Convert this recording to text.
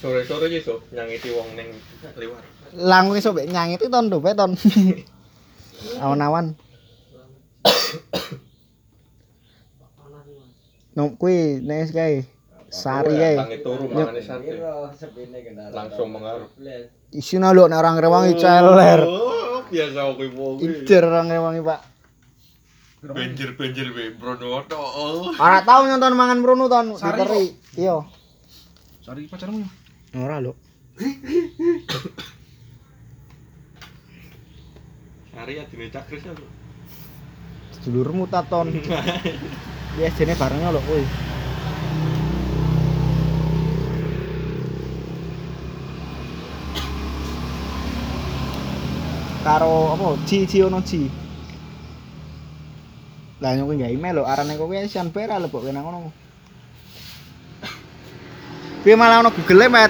Sore-sore iki, Sob, nyangiti wong ning liwat. Langung iso mbek nyangiti ton dope ton. Awan-awan. No kuwi nek kae sari kae. Tangi turu mangane sate. Langsung mengaruh. Isine lho nek orang rewangi celer. Oh, biasa kuwi wong. Ijer orang rewangi, Pak. Benjir-benjir we brono to. Ora tau nonton mangan mrunu ton diteri. Iya. Sari pacarmu ya? Ora lho. Sari adine Cak Kris ya, Bro. Sedulurmu ta ton. Ya jene barengnya lho kuwi. Karo apa Ji Ji ono Ji. Lah nyok gak email lho arane kok kuwi sian pera lebok kena ngono. Piye malah ono Google Met.